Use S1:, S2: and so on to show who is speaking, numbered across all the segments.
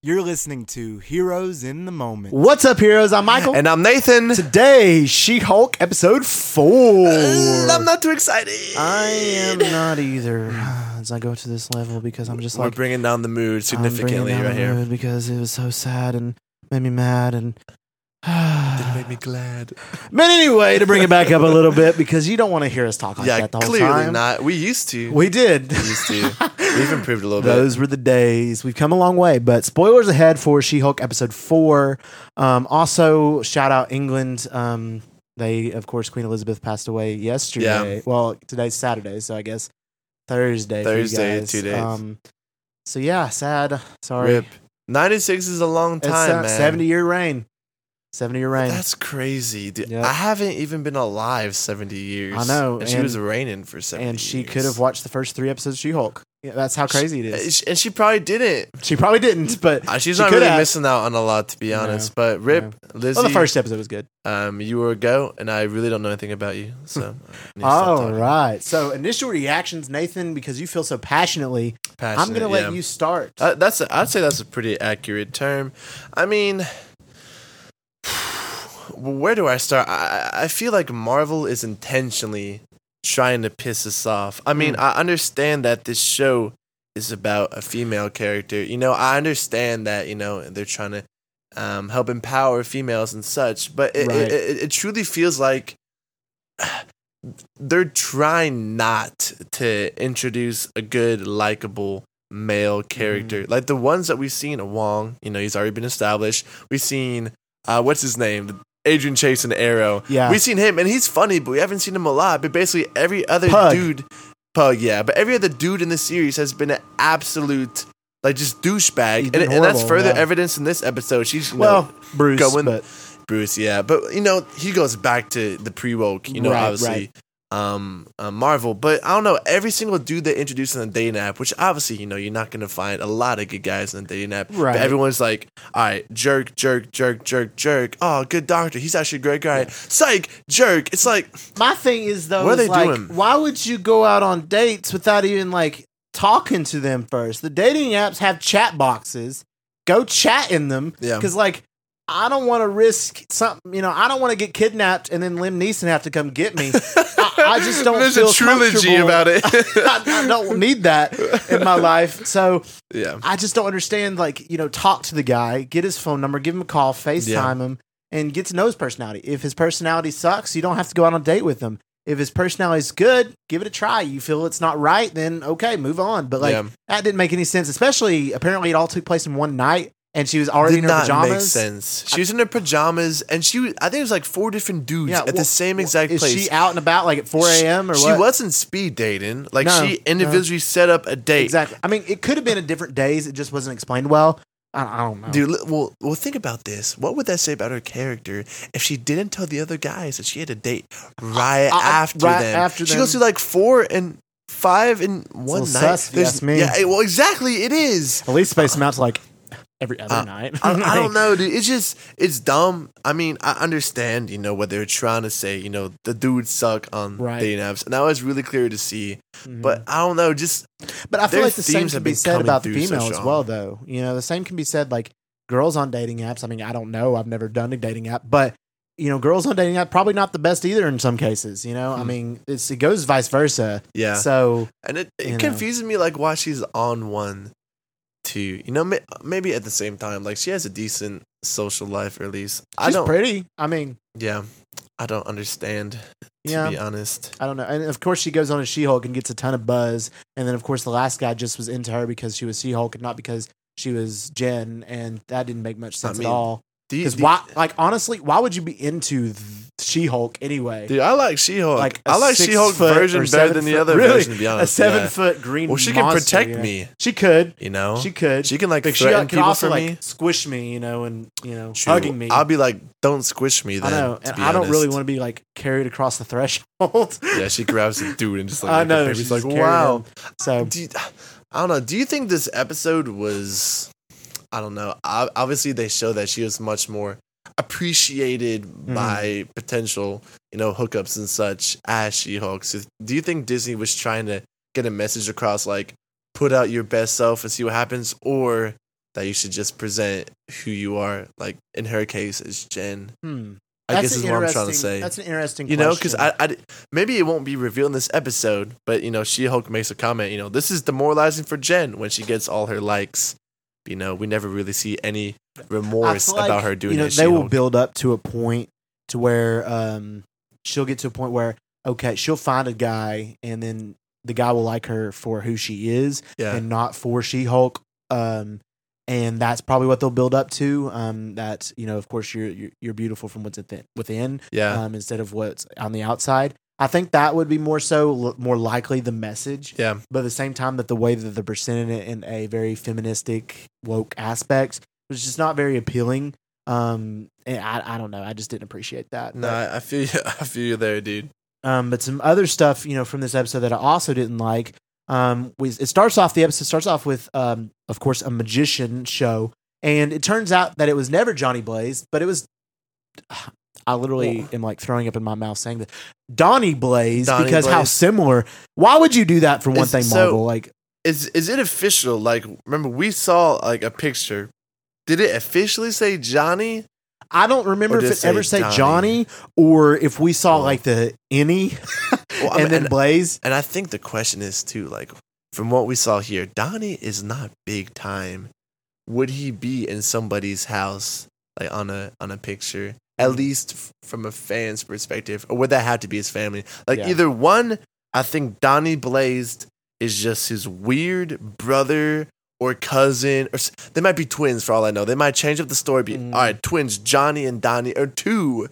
S1: You're listening to Heroes in the Moment.
S2: What's up, heroes? I'm Michael.
S3: And I'm Nathan.
S2: today, She Hulk episode four.
S3: I'm not too excited.
S2: I am not either. As I go to this level, because I'm just
S3: We're
S2: like
S3: bringing down the mood
S2: I'm bringing
S3: significantly
S2: down
S3: right
S2: the
S3: here.
S2: mood because it was so sad and made me mad and.
S3: It
S2: but
S3: made me glad.
S2: anyway, to bring it back up a little bit because you don't want to hear us talk like
S3: yeah,
S2: that the whole
S3: clearly
S2: time.
S3: not. We used to.
S2: We did.
S3: We used to. We've improved a little bit.
S2: Those were the days. We've come a long way, but spoilers ahead for She Hulk episode four. Um, also, shout out England. Um, they, of course, Queen Elizabeth passed away yesterday. Well, today's Saturday, so I guess Thursday. for you
S3: Thursday,
S2: guys. Um,
S3: two days.
S2: so yeah, sad. Sorry,
S3: Rip. 96 is a long
S2: It's,
S3: time,
S2: uh,
S3: man.
S2: seventy year reign. Seventy year reign.
S3: That's crazy, dude.
S2: Yep.
S3: I haven't even been alive 70 years.
S2: I know,
S3: And, she
S2: and-
S3: was reigning for 70
S2: and she
S3: years.
S2: could have watched the first three episodes of She Hulk. Yeah, that's how crazy it
S3: Uh,
S2: is.
S3: sh- And she probably didn't.
S2: She probably didn't, but
S3: Uh, She's
S2: She
S3: not
S2: could
S3: really
S2: have.
S3: missing out on a lot, to be
S2: No.
S3: honest. But Rip, Lizzie,
S2: well, the first episode was good.
S3: um, you were a go, and I really don't know anything about you. So, I need to stop
S2: All
S3: talking.
S2: Hmm. Oh, right. So initial reactions, Nathan, because you feel so passionately, I'm going to
S3: Passionate,
S2: let
S3: yeah.
S2: you start.
S3: Uh, that's a, I'd say that's a pretty accurate term. I mean, where do I start? I, I I feel like Marvel is intentionally trying to piss us off. I
S2: Hmm.
S3: mean, I understand that this show is about a female character. You know, I understand that. You know, they're trying to um, help empower females and such, but it,
S2: Right.
S3: it, it, it truly feels like they're trying not to introduce a good, likable male
S2: Mm-hmm.
S3: character. Like the ones that we've seen, Wong, you know, he's already been established. We've seen, uh, what's his name? Adrian Chase and Arrow.
S2: Yeah.
S3: We've seen him, and he's funny, but we haven't seen him a lot. But basically, every other
S2: Pug.
S3: dude, Pug, yeah, but every other dude in the series has been an absolute, like, just douchebag.
S2: He's
S3: And,
S2: been
S3: and that's
S2: horrible,
S3: further
S2: yeah.
S3: evidence in this episode. She's, you know,
S2: well, Bruce,
S3: going-
S2: but
S3: Bruce, yeah, but you know he goes back to the pre woke, you know,
S2: Right,
S3: obviously, um, uh, Marvel. But I don't know every single dude they introduced in the dating app, which obviously you know you're not gonna find a lot of good guys in the dating app.
S2: Right.
S3: But everyone's like, all right, jerk, jerk, jerk, jerk, jerk. Oh, good doctor, he's actually a great guy. Psych, jerk. It's like
S2: my thing is though,
S3: What are
S2: is,
S3: they
S2: like,
S3: doing?
S2: why would you go out on dates without even like talking to them first? The dating apps have chat boxes. Go chat in them
S3: Yeah.
S2: because like. I don't want to risk something, you know. I don't want to get kidnapped and then Lim Neeson have to come get me. I, I just don't
S3: There's
S2: feel
S3: a trilogy
S2: comfortable.
S3: about it.
S2: I, I don't need that in my life. So
S3: yeah,
S2: I just don't understand. Like, you know, talk to the guy, get his phone number, give him a call, FaceTime him, and get to know his personality. If his personality sucks, you don't have to go out on a date with him. If his personality is good, give it a try. You feel it's not right, then okay, move on. But like
S3: Yeah.
S2: that didn't make any sense. Especially apparently it all took place in one night, and she was already
S3: did
S2: in her
S3: not
S2: pajamas.
S3: make sense. She was in her pajamas, and she was, I think it was like four different dudes
S2: Yeah,
S3: at
S2: well,
S3: the same exact
S2: Is
S3: place.
S2: she out and about like at four a.m. or
S3: she
S2: what?
S3: wasn't speed dating. Like
S2: No,
S3: she individually set up a date.
S2: exactly. I mean, it could have been at different days. It just wasn't explained well. I, I don't know.
S3: Dude, li- well, well, think about this. What would that say about her character if she didn't tell the other guys that she had a date right
S2: I- I-
S3: after
S2: Uh, right
S3: them?
S2: after
S3: she
S2: them.
S3: goes through like four and five in one
S2: little
S3: night.
S2: sus, if you
S3: There's-
S2: ask me.
S3: Yeah, eh, well, exactly. It is.
S2: At least space them out to like every other night.
S3: Uh, I, I don't know, dude. It's just it's dumb. I mean, I understand, you know, what they're trying to say. You know, the dudes suck on
S2: Right. Mm.
S3: dating apps, and that was really clear to see. But I don't know, just
S2: But I feel
S3: Their
S2: like the same
S3: themes
S2: can
S3: have
S2: be
S3: been
S2: said
S3: coming
S2: about the
S3: through so
S2: female as
S3: strong.
S2: well, though. You know, the same can be said like girls on dating apps. I mean, I don't know. I've never done a dating app, but you know, girls on dating app probably not the best either in some cases. You know, I
S3: Hmm.
S2: mean, it's, it goes vice versa.
S3: yeah.
S2: So
S3: And it,
S2: You know.
S3: it confuses me, like, why she's on one, two. You know, may, maybe at the same time, like, she has a decent social life, or at least I
S2: she's
S3: don't.
S2: pretty. I mean,
S3: yeah, I don't understand. To
S2: Yeah.
S3: be honest,
S2: I don't know. And of course, she goes on a She Hulk and gets a ton of buzz. And then, of course, the last guy just was into her because she was She Hulk and not because she was Jen. And that didn't make much sense
S3: mean,
S2: at all.
S3: do you,
S2: Because
S3: do you-
S2: why? Like honestly, why would you be into She Hulk anyway?
S3: Dude, I like She-Hulk.
S2: like a
S3: I like
S2: six
S3: She-Hulk
S2: foot or
S3: version better
S2: seven
S3: than the
S2: foot-
S3: other
S2: really,
S3: version. To be honest,
S2: a seven
S3: Oh, yeah.
S2: foot green.
S3: Well, she can
S2: monster,
S3: protect
S2: you know?
S3: me.
S2: She could.
S3: You know,
S2: She could.
S3: She can like
S2: But she
S3: threaten
S2: can
S3: people
S2: also
S3: for
S2: like
S3: me.
S2: squish me, you know, and you know,
S3: True.
S2: hugging me.
S3: I'll be like, don't squish me.
S2: I
S3: Then,
S2: know,
S3: to
S2: and
S3: be
S2: I don't really
S3: honest.
S2: want to be like carried across the threshold.
S3: Yeah, she grabs the dude and just like,
S2: I know.
S3: Her
S2: she's
S3: baby's like,
S2: just carried
S3: wow.
S2: him. So
S3: do you- I don't know. Do you think this episode was? I don't know. Ob- Obviously, they show that she was much more appreciated
S2: Mm-hmm.
S3: by potential, you know, hookups and such as She-Hulk. So do you think Disney was trying to get a message across, like put out your best self and see what happens, or that you should just present who you are. Like in her case, it's Jen.
S2: Hmm.
S3: I
S2: That's
S3: guess
S2: an
S3: is what I'm trying to
S2: interesting-
S3: say.
S2: That's an interesting.
S3: you know, because
S2: question.
S3: I, I d- maybe it won't be revealed in this episode, but you know, She Hulk makes a comment. You know, this is demoralizing for Jen when she gets all her likes. You know, we never really see any remorse
S2: feel like,
S3: about her doing
S2: you know,
S3: it.
S2: they will
S3: She-Hulk.
S2: build up to a point to where um, she'll get to a point where okay, she'll find a guy, and then the guy will like her for who she is,
S3: yeah,
S2: and not for She Hulk. Um, and that's probably what they'll build up to. Um, that you know, of course, you're you're, you're beautiful from what's within, within
S3: yeah,
S2: um, instead of what's on the outside. I think that would be more so, l- more likely the message.
S3: yeah.
S2: But at the same time, that the way that they're presenting it in a very feministic, woke aspect was just not very appealing. Um, and I, I don't know. I just didn't appreciate that.
S3: No, I, I feel you. I feel you there, dude.
S2: Um, but some other stuff, you know, from this episode that I also didn't like. Um, was it starts off the episode starts off with, um, of course, a magician show, and it turns out that it was never Johnny Blaze, but it was. I literally am like throwing up in my mouth saying that Donnie Blaze
S3: Donnie
S2: because how
S3: Blaze.
S2: similar. Why would you do that for one
S3: It's-
S2: thing,
S3: so-
S2: Marvel? like,
S3: Is is it official? Like, remember we saw like a picture. Did it officially say Johnny?
S2: I don't remember
S3: Or
S2: if
S3: just
S2: it
S3: say
S2: ever said
S3: Donnie.
S2: Johnny or if we saw
S3: Oh.
S2: like the any
S3: Well, I
S2: and
S3: mean,
S2: then
S3: and,
S2: Blaze.
S3: and I think the question is too. Like, from what we saw here, Donnie is not big time. Would he be in somebody's house, like on a on a picture? At
S2: Mm-hmm.
S3: least f- from a fan's perspective, or would that have to be his family? Like
S2: Yeah.
S3: either one, I think Donnie Blazed is just his weird brother or cousin, or s- they might be twins for all I know. They might change up the story. Be
S2: Mm.
S3: all right, twins Johnny and Donnie are two,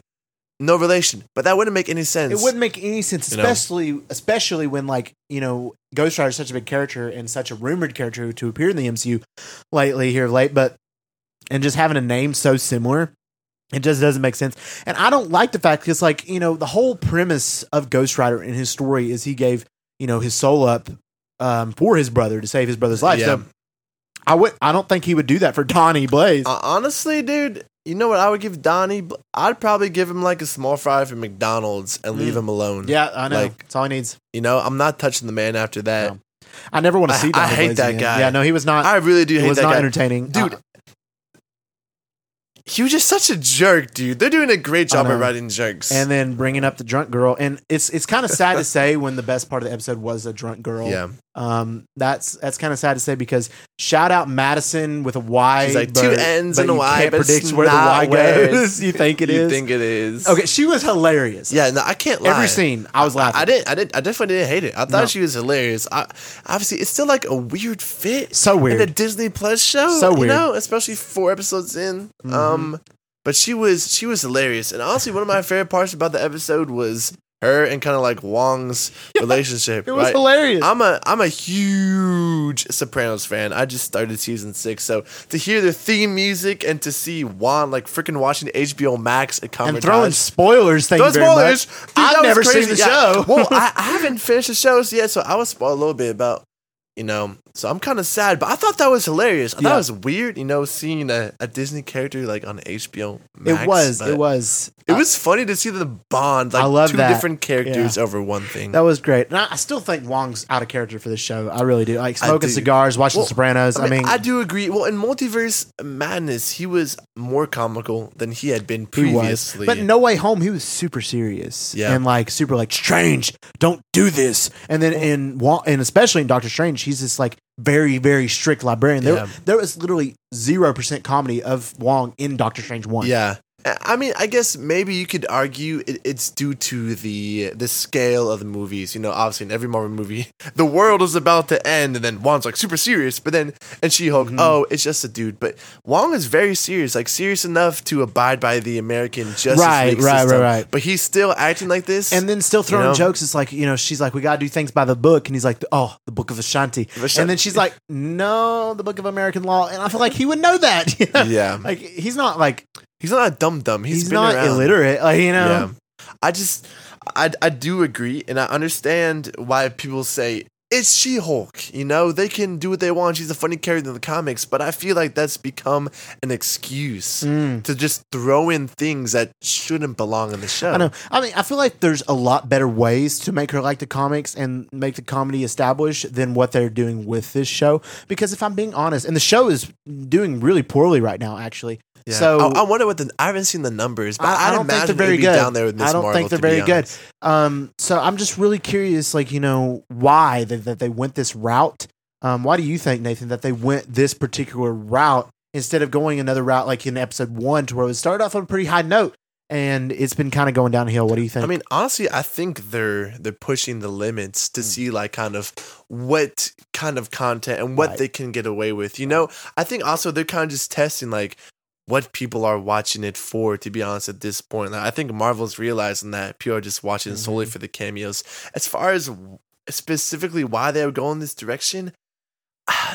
S3: no relation. But that wouldn't make any sense.
S2: It wouldn't make any sense,
S3: You know?
S2: especially especially when like you know Ghost Rider is such a big character and such a rumored character to appear in the MCU lately here of late, but and just having a name so similar. It just doesn't make sense. And I don't like the fact because, like, you know, the whole premise of Ghost Rider in his story is he gave, you know, his soul up um, for his brother to save his brother's life.
S3: Yeah.
S2: So I would I don't think he would do that for Donnie Blaze.
S3: Uh, honestly, dude, you know what I would give Donnie? B- I'd probably give him like a small fry from McDonald's and leave
S2: Mm.
S3: him alone.
S2: Yeah, I know.
S3: Like-
S2: That's all he needs.
S3: You know, I'm not touching the man after that.
S2: No. I never want to
S3: I-
S2: see.
S3: I
S2: Donnie
S3: hate
S2: Blaze
S3: that
S2: again.
S3: guy.
S2: Yeah, no, he was not.
S3: I really do
S2: He
S3: hate
S2: was
S3: that
S2: not
S3: guy.
S2: entertaining,
S3: Dude,
S2: Uh,
S3: he was just such a jerk, dude. They're doing a great job
S2: know.
S3: at writing jerks.
S2: and then bringing up the drunk girl, and it's it's kind of sad to say when the best part of the episode was a drunk girl.
S3: yeah,
S2: Um, that's that's kind of sad to say because shout out Madison with a Y.
S3: She's like, "Two N's and a
S2: you
S3: Y,
S2: Can't
S3: but it's
S2: predict where the
S3: not
S2: Y
S3: where it's-
S2: goes. you think it is?
S3: you think it is?
S2: okay, she was hilarious.
S3: Yeah, no, I can't lie.
S2: Every scene, I was laughing.
S3: I didn't. I didn't. I definitely didn't hate it. I thought
S2: No.
S3: she was hilarious. I obviously it's still like a weird fit.
S2: so weird.
S3: in a Disney Plus show.
S2: So
S3: You
S2: weird.
S3: know, especially four episodes in.
S2: Mhm.
S3: Um, but she was she was hilarious, and honestly, one of my favorite parts about the episode was her and kind of like Wong's relationship.
S2: it was
S3: right?
S2: hilarious.
S3: I'm a I'm a huge Sopranos fan. I just started season six, so to hear their theme music and to see Juan like freaking watching HBO Max a
S2: and throwing
S3: conversation.
S2: spoilers. Thank you
S3: oh Those
S2: very
S3: spoilers.
S2: much.
S3: Dude,
S2: I've
S3: that was
S2: never seen
S3: crazy.
S2: the
S3: Yeah.
S2: show.
S3: well, I, I haven't finished the shows yet, so I was spoiled a little bit about, you know. So I'm kind of sad, but I thought that was hilarious. I thought
S2: Yeah.
S3: it was weird, you know, seeing a, a Disney character like on HBO. Max,
S2: it was.
S3: but
S2: It was.
S3: It was funny to see the bond, like
S2: I love
S3: two
S2: that.
S3: different characters over one thing.
S2: That was great. And I, I still think Wong's out of character for this show. I really do. Like
S3: I
S2: smoking
S3: do.
S2: cigars, watching
S3: Well,
S2: Sopranos.
S3: I mean, I do agree. Well, in Multiverse Madness, he was more comical than he had been
S2: he
S3: previously.
S2: was. But No Way Home, he was super serious.
S3: Yeah.
S2: And like super like strange, don't do this. And then in Wong and especially in Doctor Strange, he's this like very, very strict librarian. There
S3: Yeah.
S2: there was literally zero percent comedy of Wong in Doctor Strange One.
S3: Yeah. I I mean, I guess maybe you could argue it, it's due to the the scale of the movies. You know, obviously in every Marvel movie, the world is about to end, and then Wong's like super serious, but then and She Hulk,
S2: Mm-hmm.
S3: oh, it's just a dude. But Wong is very serious, like serious enough to abide by the American justice
S2: Right,
S3: league
S2: right, right,
S3: system.
S2: right.
S3: But he's still acting like this.
S2: And then still throwing
S3: know?
S2: jokes. It's like, you know, she's like, we got to do things by the book. And he's like, oh, the book of Ashanti.
S3: Ashanti.
S2: And then she's like, no, the book of American law. And I feel like he would know that. you know?
S3: yeah,
S2: Like, he's not like,
S3: he's not a dumb dumb.
S2: he's,
S3: He's, been
S2: not
S3: around.
S2: illiterate. Like, you know?
S3: Um, Yeah. I just I I do agree and I understand why people say it's She Hulk. You know, they can do what they want. She's a funny character in the comics, but I feel like that's become an excuse
S2: Mm.
S3: to just throw in things that shouldn't belong in the show.
S2: I know. I mean, I feel like there's a lot better ways to make her like the comics and make the comedy established than what they're doing with this show. Because if I'm being honest, and the show is doing really poorly right now, actually.
S3: Yeah.
S2: So
S3: I, I wonder what the I haven't seen the numbers, but
S2: I- I
S3: I, would
S2: don't think they're
S3: imagine
S2: very
S3: they'd be
S2: good.
S3: down there with Miss
S2: I don't
S3: Marvel,
S2: think they're
S3: to be
S2: very good.
S3: honest.
S2: Um, so I'm just really curious, like you know, why that, that they went this route. Um, why do you think, Nathan, that they went this particular route instead of going another route like in episode one, to where it started off on a pretty high note and it's been kind of going downhill? What do you think?
S3: I mean, honestly, I think they're they're pushing the limits to see like kind of what kind of content and what
S2: Right.
S3: they can get away with. You know, I think also they're kind of just testing like what people are watching it for. To be honest, at this point, like, I think Marvel's realizing that people are just watching it solely for the cameos. As far as w- specifically why they were going this direction,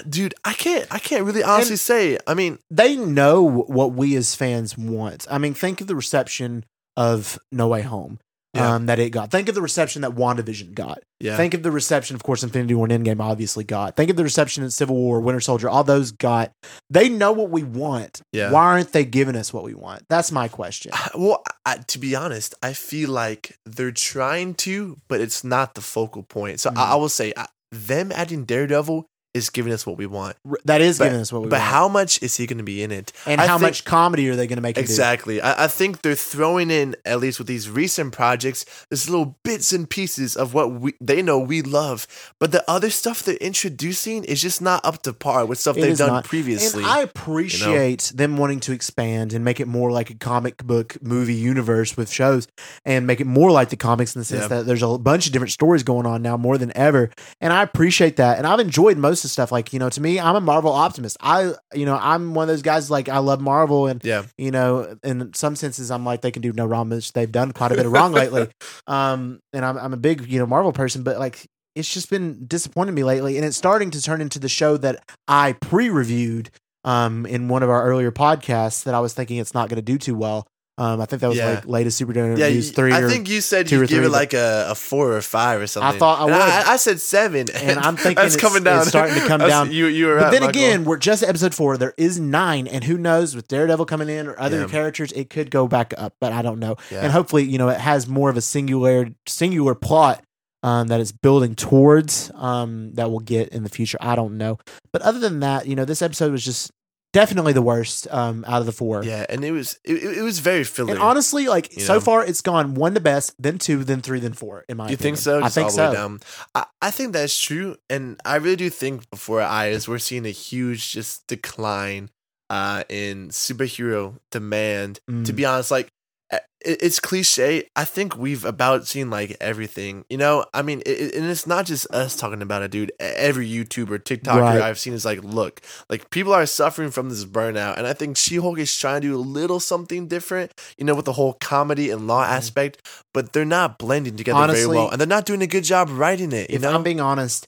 S3: dude, I can't I can't really honestly say. I mean,
S2: they know what we as fans want. I mean, think of the reception of No Way Home.
S3: Yeah.
S2: Um, that it got. Think of the reception that WandaVision got.
S3: yeah,
S2: Think of the reception, of course, Infinity War and Endgame obviously got. Think of the reception that Civil War, Winter Soldier, all those got. They know what we want.
S3: yeah.
S2: Why aren't they giving us what we want? That's my question.
S3: I- Well, I, to be honest, I feel like they're trying to, but it's not the focal point. So I, I
S2: Mm-hmm.
S3: will say, I, them adding Daredevil is giving us what we want.
S2: R- That is
S3: But-
S2: giving us what we
S3: but
S2: want.
S3: how much is he going to be in it?
S2: and
S3: I
S2: how
S3: think-
S2: much comedy are they going to make? him do?
S3: Exactly. I, I think they're throwing in, at least with these recent projects, there's little bits and pieces of what we they know we love. But the other stuff they're introducing is just not up to par with stuff
S2: It
S3: they've
S2: is
S3: done
S2: not.
S3: previously.
S2: And I appreciate them wanting to expand and make it more like a comic book movie universe with shows and make it more like the comics in the sense
S3: Yeah.
S2: that there's a bunch of different stories going on now more than ever. And I appreciate that. And I've enjoyed most of the stuff. Like, you know, to me, I'm a Marvel optimist. I, you know, I'm one of those guys like I love Marvel and
S3: yeah.
S2: you know, in some senses, I'm like they can do no wrong, which they've done quite a bit of wrong lately. Um, and I'm I'm a big you know Marvel person, but like it's just been disappointing me lately, and it's starting to turn into the show that I pre-reviewed um in one of our earlier podcasts that I was thinking it's not going to do too well. Um, I think that was
S3: Yeah.
S2: like latest Super Down
S3: Yeah,
S2: reviews
S3: you-
S2: three.
S3: I
S2: or,
S3: think you said
S2: two or
S3: you give
S2: three,
S3: it
S2: but-
S3: like a, a four or five or something.
S2: thought I
S3: And
S2: would.
S3: I, I said seven,
S2: And I'm thinking
S3: that's
S2: it's- it's
S3: coming down.
S2: starting to come
S3: That's-
S2: down.
S3: You, you were
S2: but
S3: right,
S2: then
S3: Michael.
S2: again, we're just at episode four. There is nine, and who knows with Daredevil coming in or other
S3: Yeah.
S2: characters, it could go back up. But I don't know.
S3: Yeah.
S2: and hopefully you know it has more of a singular singular plot um, that it's building towards um, that we'll get in the future i don't know but other than that you know this episode was just definitely the worst um, out of the four
S3: yeah, and it was it, it- it was very filler.
S2: and honestly like
S3: You
S2: so
S3: know?
S2: far it's gone one to best then two then three then four in my
S3: you
S2: opinion.
S3: think so?
S2: i
S3: Just
S2: think
S3: all the way
S2: so
S3: down. I, I think that's true, and I really do think before our eyes we're seeing a huge just decline uh, in superhero demand. To
S2: Mm.
S3: be honest, like i- it's cliche. I think we've about seen like everything. You know, I mean, it, it- and it's not just us talking about it, dude. E- Every YouTuber, TikToker
S2: Right.
S3: I've seen is like, look, like people are suffering from this burnout, and I think She-Hulk is trying to do a little something different. You know, with the whole comedy and law aspect, but they're not blending together
S2: Mm. Honestly,
S3: very well, and they're not doing a good job writing it. You
S2: if
S3: know,
S2: i'm being honest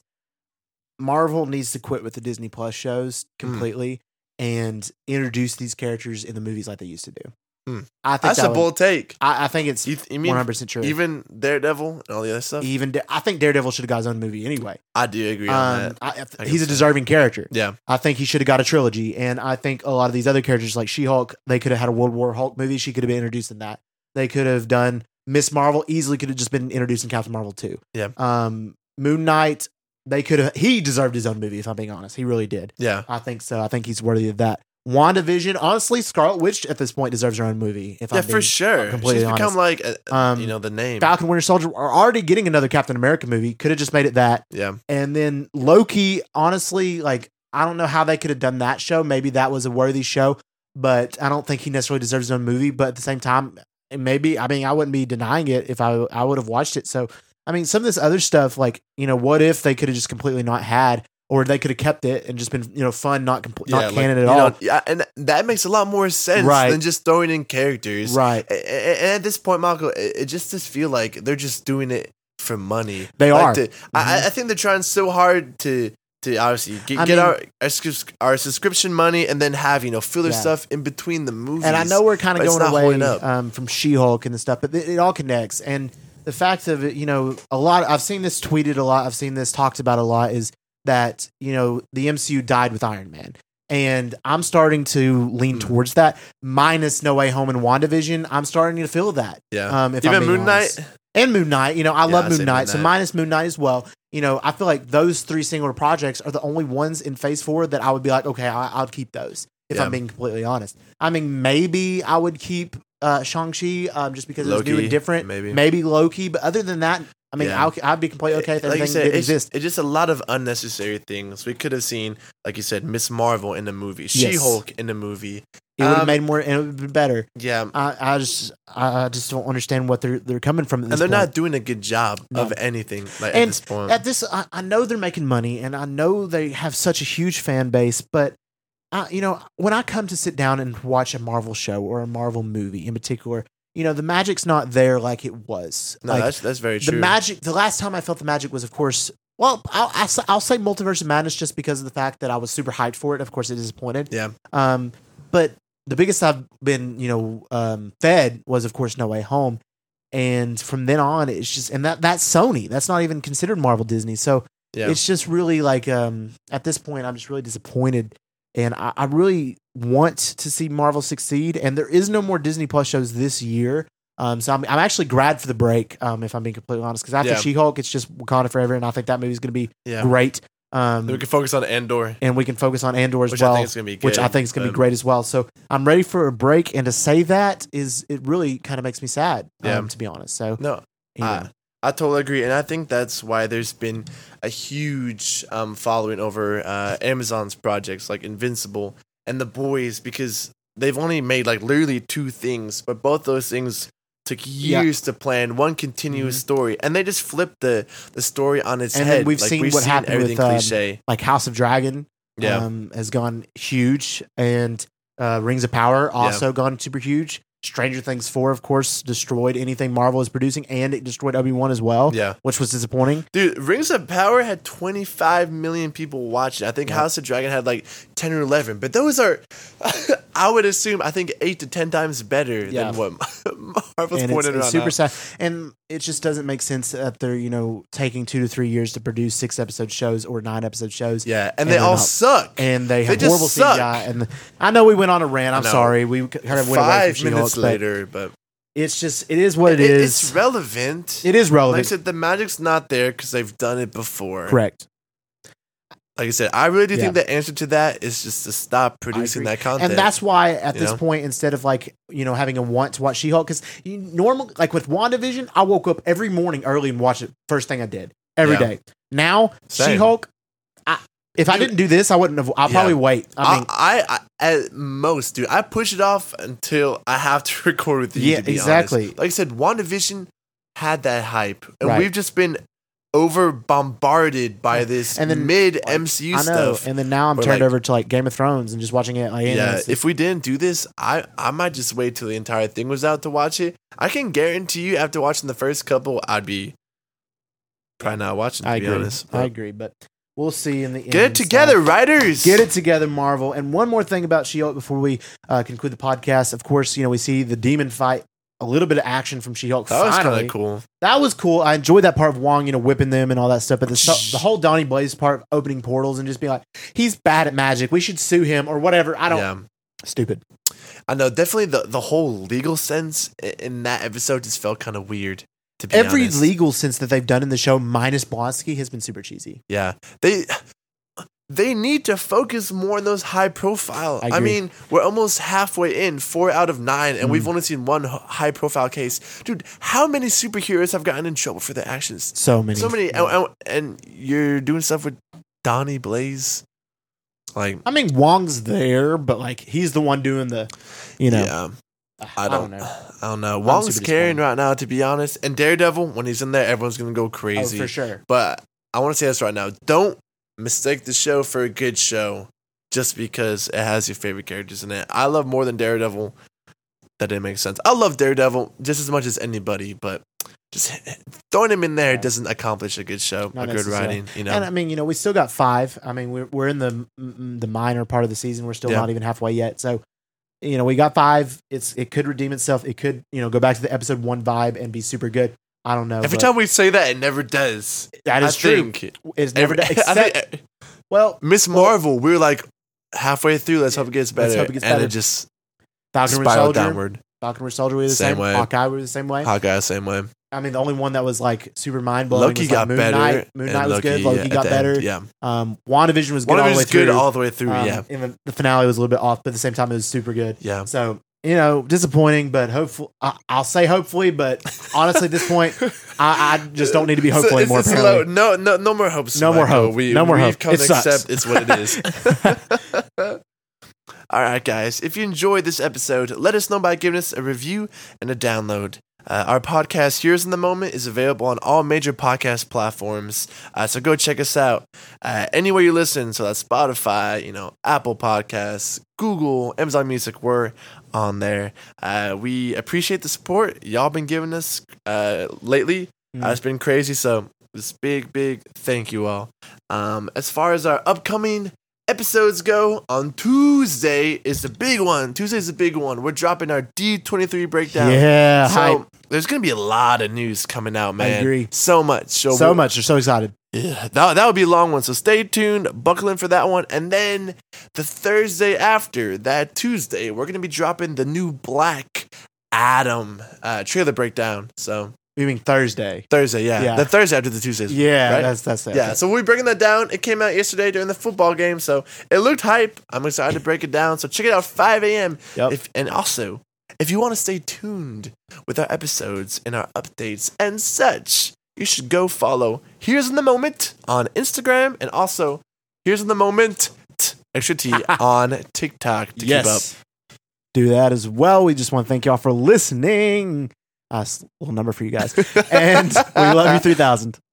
S2: marvel needs to quit with the disney plus
S3: Mm.
S2: shows completely and introduce these characters in the movies like they used to do
S3: Mm.
S2: i think
S3: that's
S2: that
S3: a
S2: would-
S3: bold take.
S2: I, I think it's
S3: You, th- you
S2: one
S3: mean
S2: hundred percent true. Even,
S3: even Daredevil and all the other stuff?
S2: Da- I think Daredevil should have got his own movie anyway.
S3: I do agree on
S2: Um,
S3: that.
S2: I, I th-
S3: I
S2: he's a
S3: guess so.
S2: deserving character.
S3: Yeah.
S2: I think he should have got a trilogy, and I think a lot of these other characters, like She Hulk, they could have had a World War Hulk movie. She could have been introduced in that. They could have done Miss Marvel. Easily could have just been introduced in Captain Marvel too.
S3: Yeah.
S2: Um, Moon Knight. They could have. He deserved his own movie. If I'm being honest, he really did.
S3: Yeah.
S2: I think so. I think he's worthy of that. WandaVision, honestly, Scarlet Witch at this point deserves her own movie. If
S3: Yeah,
S2: I'm
S3: for
S2: being-
S3: sure.
S2: completely
S3: She's become
S2: honest.
S3: like a,
S2: um,
S3: you know the name.
S2: Falcon Winter Soldier are already getting another Captain America movie. Could have just made it that.
S3: Yeah,
S2: And then Loki, honestly, like I don't know how they could have done that show. Maybe that was a worthy show, but I don't think he necessarily deserves his own movie. But at the same time, and maybe I mean I wouldn't be denying it if I I would have watched it. So I mean some of this other stuff, like you know, what if they could have just completely not had, or they could have kept it and just been you know fun, not compl-
S3: yeah,
S2: not
S3: like,
S2: canon
S3: you
S2: at all,
S3: know, yeah, and that makes a lot more sense
S2: Right.
S3: than just throwing in characters.
S2: right?
S3: A- a- a- And at this point, Michael, it it just does feel like they're just doing it for money.
S2: They
S3: Like
S2: are. Mm-hmm.
S3: to- I, I- I think they're trying so hard to to obviously get,
S2: I
S3: get
S2: mean-
S3: our our, subs- our subscription money and then have you know filler
S2: Yeah.
S3: stuff in between the movies.
S2: And I know we're kind of
S3: but it's
S2: going
S3: not
S2: away
S3: holding up.
S2: um, from She Hulk and the stuff, but it, it all connects. And the fact of it, you know, a lot. I've seen this tweeted a lot. I've seen this talked about a lot. Is that you know the MCU died with Iron Man, and I'm starting to lean
S3: Mm.
S2: towards that. Minus No Way Home and WandaVision, I'm starting to feel that.
S3: Yeah.
S2: Um, if I'm
S3: Even
S2: being
S3: Moon Knight.
S2: honest. and Moon Knight, you know, I
S3: Yeah,
S2: love
S3: I'd
S2: Moon
S3: say
S2: Knight,
S3: Moon
S2: so
S3: Knight.
S2: minus Moon Knight as well. You know, I feel like those three singular projects are the only ones in Phase Four that I would be like, okay, I, I'll keep those. If
S3: Yeah.
S2: I'm being completely honest, I mean, maybe I would keep uh, Shang Chi um, just because it's new
S3: Loki,
S2: and different.
S3: maybe.
S2: maybe Loki, but other than that, I mean,
S3: Yeah.
S2: I'll, I'd be completely okay if
S3: like
S2: everything
S3: you said,
S2: didn't
S3: it's,
S2: exist.
S3: it's just a lot of unnecessary things. We could have seen, like you said, Miss Marvel in the movie,
S2: Yes.
S3: She Hulk in the movie.
S2: It would have
S3: um,
S2: made more and it would have been better.
S3: Yeah.
S2: I, I just, I I just don't understand what they're they're coming from. At
S3: And
S2: this
S3: they're
S2: point.
S3: not doing a good job of anything like, at
S2: And
S3: this point.
S2: at this I, I know they're making money and i know they have such a huge fan base but I, you know when i come to sit down and watch a marvel show or a marvel movie in particular you know the magic's not there like it was
S3: no,
S2: Like,
S3: that's that's very
S2: the
S3: true.
S2: magic the last time i felt the magic was of course well I'll, I'll, s- I'll say multiverse of madness just because of the fact that i was super hyped for it of course it disappointed
S3: Yeah.
S2: um but the biggest i've been you know um fed was of course no way home and from then on it's just and that that's sony that's not even considered marvel disney so
S3: yeah.
S2: it's just really like um at this point i'm just really disappointed and I, I really want to see marvel succeed and there is no more disney plus shows this year um so i'm, I'm actually glad for the break um if i'm being completely honest because after
S3: Yeah.
S2: she-hulk it's just wakanda forever and i think that movie's going to be
S3: yeah.
S2: great um
S3: Then we can focus on Andor,
S2: and we can focus on andor as
S3: which
S2: well
S3: I think is gonna be good.
S2: which I think is going to be
S3: Um,
S2: great as well. So I'm ready for a break, and to say that is it really kind of makes me sad,
S3: Yeah. Uh,
S2: um, to be honest. So
S3: No,
S2: anyway.
S3: I totally agree, and I think that's why there's been a huge um, following over uh, Amazon's projects like Invincible and The Boys because they've only made like literally two things, but both those things took
S2: Yeah. Mm-hmm.
S3: years to plan one continuous story, and they just flipped the the story on its
S2: And then
S3: head.
S2: we've seen what happened with,
S3: everything
S2: um,
S3: cliche.
S2: like House of Dragon,
S3: Yeah,
S2: um, has gone huge, and uh, Rings of Power also gone super huge. Stranger Things four, of course, destroyed anything Marvel is producing, and it destroyed Obi Wan as well,
S3: yeah,
S2: which was disappointing.
S3: dude. Rings of Power had 25 million people watching. I think House of Dragon had like 10 or 11, but those are, I would assume, I think eight to 10 times better
S2: Yeah.
S3: than what Marvel's
S2: and it's,
S3: pointed
S2: it's
S3: out.
S2: super sad, and it just doesn't make sense that they're you know taking two to three years to produce six episode shows or nine episode shows.
S3: Yeah, and,
S2: And
S3: they
S2: they're
S3: all
S2: not-
S3: suck.
S2: and they have
S3: just
S2: horrible
S3: suck.
S2: CGI. And I know we went on a rant. I'm
S3: I know.
S2: sorry. We kind of went away
S3: Five
S2: from She-Hulk, but
S3: minutes later, but
S2: It's just it is what it is.
S3: It's relevant.
S2: it is
S3: like I
S2: relevant.
S3: said, the magic's not there because they've done it before.
S2: Correct.
S3: Like I said, I really do
S2: Yeah.
S3: think the answer to that is just to stop producing
S2: agree.
S3: that content.
S2: And that's why at
S3: You
S2: this
S3: know?
S2: point, instead of like you know having a want to watch She-Hulk, because you normal like with WandaVision, I woke up every morning early and watched it first thing I did every
S3: Yeah.
S2: day. Now
S3: Same.
S2: She-Hulk, I, if I didn't do this, I wouldn't have. I'll
S3: Yeah.
S2: probably wait. I
S3: I,
S2: mean,
S3: I, I at most, dude, I push it off until I have to record with you.
S2: Yeah,
S3: to be honest.
S2: exactly.
S3: Like I said, WandaVision had that hype, and
S2: Right.
S3: we've just been over bombarded by this
S2: And then,
S3: mid MCU
S2: I know.
S3: stuff.
S2: And then now I'm
S3: Or,
S2: turned
S3: like-
S2: over to like Game of Thrones and just watching it. Like,
S3: yeah,
S2: yeah,
S3: if we didn't do this, I, I might just wait till the entire thing was out to watch it. I can guarantee you, after watching the first couple, I'd be probably not watching. To
S2: I
S3: be
S2: agree.
S3: honest,
S2: I
S3: But
S2: agree, but we'll see in the end.
S3: get it
S2: and stuff.
S3: together, writers.
S2: Get it together, Marvel. And one more thing about She-Hulk before we uh, conclude the podcast. Of course, you know we see the demon fight, a little bit of action from She-Hulk.
S3: That was
S2: finally.
S3: kind of cool.
S2: That was cool. I enjoyed that part of Wong, you know, whipping them and all that stuff. But the, the whole Donnie Blaze part, of opening portals and just being like, he's bad at magic. We should sue him or whatever. I don't.
S3: yeah.
S2: Stupid.
S3: I know definitely the the whole legal sense i- in that episode just felt kind of weird. To be
S2: Every
S3: honest.
S2: legal sense that they've done in the show, minus Blonsky, has been super cheesy.
S3: yeah, they they need to focus more on those high profile.
S2: I
S3: I,
S2: agree. Mm.
S3: mean, we're almost halfway in, four out of nine, and we've only seen one high profile case. Dude, how many superheroes have gotten in trouble for their actions?
S2: So many.
S3: So many, uh, and, and- and you're doing stuff with Donnie Blaze, like
S2: I mean, Wong's there, but like he's the one doing the, you know.
S3: yeah.
S2: I don't know.
S3: I don't know. Wong's
S2: super
S3: carrying
S2: disappointed.
S3: right now, to be honest. And Daredevil, when he's in there, everyone's gonna go
S2: Oh,
S3: crazy.
S2: for sure.
S3: But I want to say this right now: don't mistake the show for a good show just because it has your favorite characters in it. I love more than Daredevil. That didn't make sense. I love Daredevil just as much as anybody, but just throwing him in there doesn't accomplish a good show,
S2: Not
S3: a good
S2: necessarily.
S3: writing. You know,
S2: And I mean, you know, we still got five. I mean, we're we're in the mm, mm, the minor part of the season. We're still
S3: Yeah.
S2: not even halfway yet. So, you know, we got five. It's it could redeem itself. It could you know go back to the episode one vibe and be super good. I don't know.
S3: Every
S2: but
S3: time we say that, it never does.
S2: that is
S3: I
S2: true.
S3: Think,
S2: It's never
S3: every,
S2: done,
S3: I
S2: except
S3: think
S2: well,
S3: Miss
S2: Well-
S3: Marvel, we were like halfway through. Let's hope it gets better.
S2: Let's hope it gets
S3: and
S2: better.
S3: it just
S2: Falcon and Winter
S3: spiraled
S2: Soldier.
S3: downward.
S2: Falcon and Winter Soldier were the same,
S3: Same way.
S2: Hawkeye were the same way.
S3: Hawkeye, same way.
S2: I mean, the only one that was like super mind blowing.
S3: Loki
S2: was, like,
S3: got
S2: Moon
S3: better.
S2: Knight. Moon
S3: and
S2: Knight was good. Loki
S3: yeah,
S2: got
S3: at the end,
S2: better.
S3: yeah.
S2: Um, WandaVision was good
S3: One of
S2: all the
S3: it
S2: way
S3: was good
S2: through.
S3: all the way through.
S2: Um,
S3: yeah.
S2: And the, the finale was a little bit off, but at the same time, it was super good.
S3: Yeah.
S2: So you know, disappointing, but hopeful. I, I'll say hopefully, but honestly, at this point, I, I just don't need to be hopeful
S3: So it's-
S2: anymore.
S3: it's
S2: apparently.
S3: low- No, no, no more hopes.
S2: No more
S3: Michael.
S2: hope.
S3: We,
S2: No more
S3: we've
S2: hope.
S3: come
S2: It
S3: to
S2: sucks.
S3: accept it's what it is. All right, guys. If you enjoyed this episode, let us know by giving us a review and a download. Uh, our podcast, Here's in the Moment, is available on all major podcast platforms. Uh, so go check us out uh, anywhere you listen. So that's Spotify, you know, Apple Podcasts, Google, Amazon Music. We're on there. Uh, we appreciate the support y'all been giving us uh, lately.
S2: Mm.
S3: Uh, it's been crazy. So this big, big thank you all. Um, as far as our upcoming episodes go, on Tuesday is the big one. Tuesday's the big one. We're dropping our D23 breakdown.
S2: Yeah,
S3: So
S2: hype.
S3: there's gonna be a lot of news coming out, man.
S2: agree.
S3: So much. So,
S2: so much. You're so excited.
S3: yeah, that, that would be a long one. So stay tuned, buckle in for that one. And then the Thursday after that Tuesday, we're going to be dropping the new Black Adam uh, trailer breakdown. So
S2: You mean Thursday?
S3: Thursday, yeah.
S2: Yeah.
S3: The Thursday after the Tuesdays.
S2: Yeah,
S3: right?
S2: that's that's it.
S3: Yeah, so we'll be breaking that down. It came out yesterday during the football game, so it looked hype. I'm excited to break it down. So check it out 5 a.m.
S2: Yep.
S3: If and also, if you want to stay tuned with our episodes and our updates and such, you should go follow Here's in the Moment on Instagram and also Here's in the Moment t- extra T on TikTok to keep
S2: Do that as well. We just want to thank y'all for listening. Uh, s- little number for you guys,
S3: up.
S2: and we love you three thousand.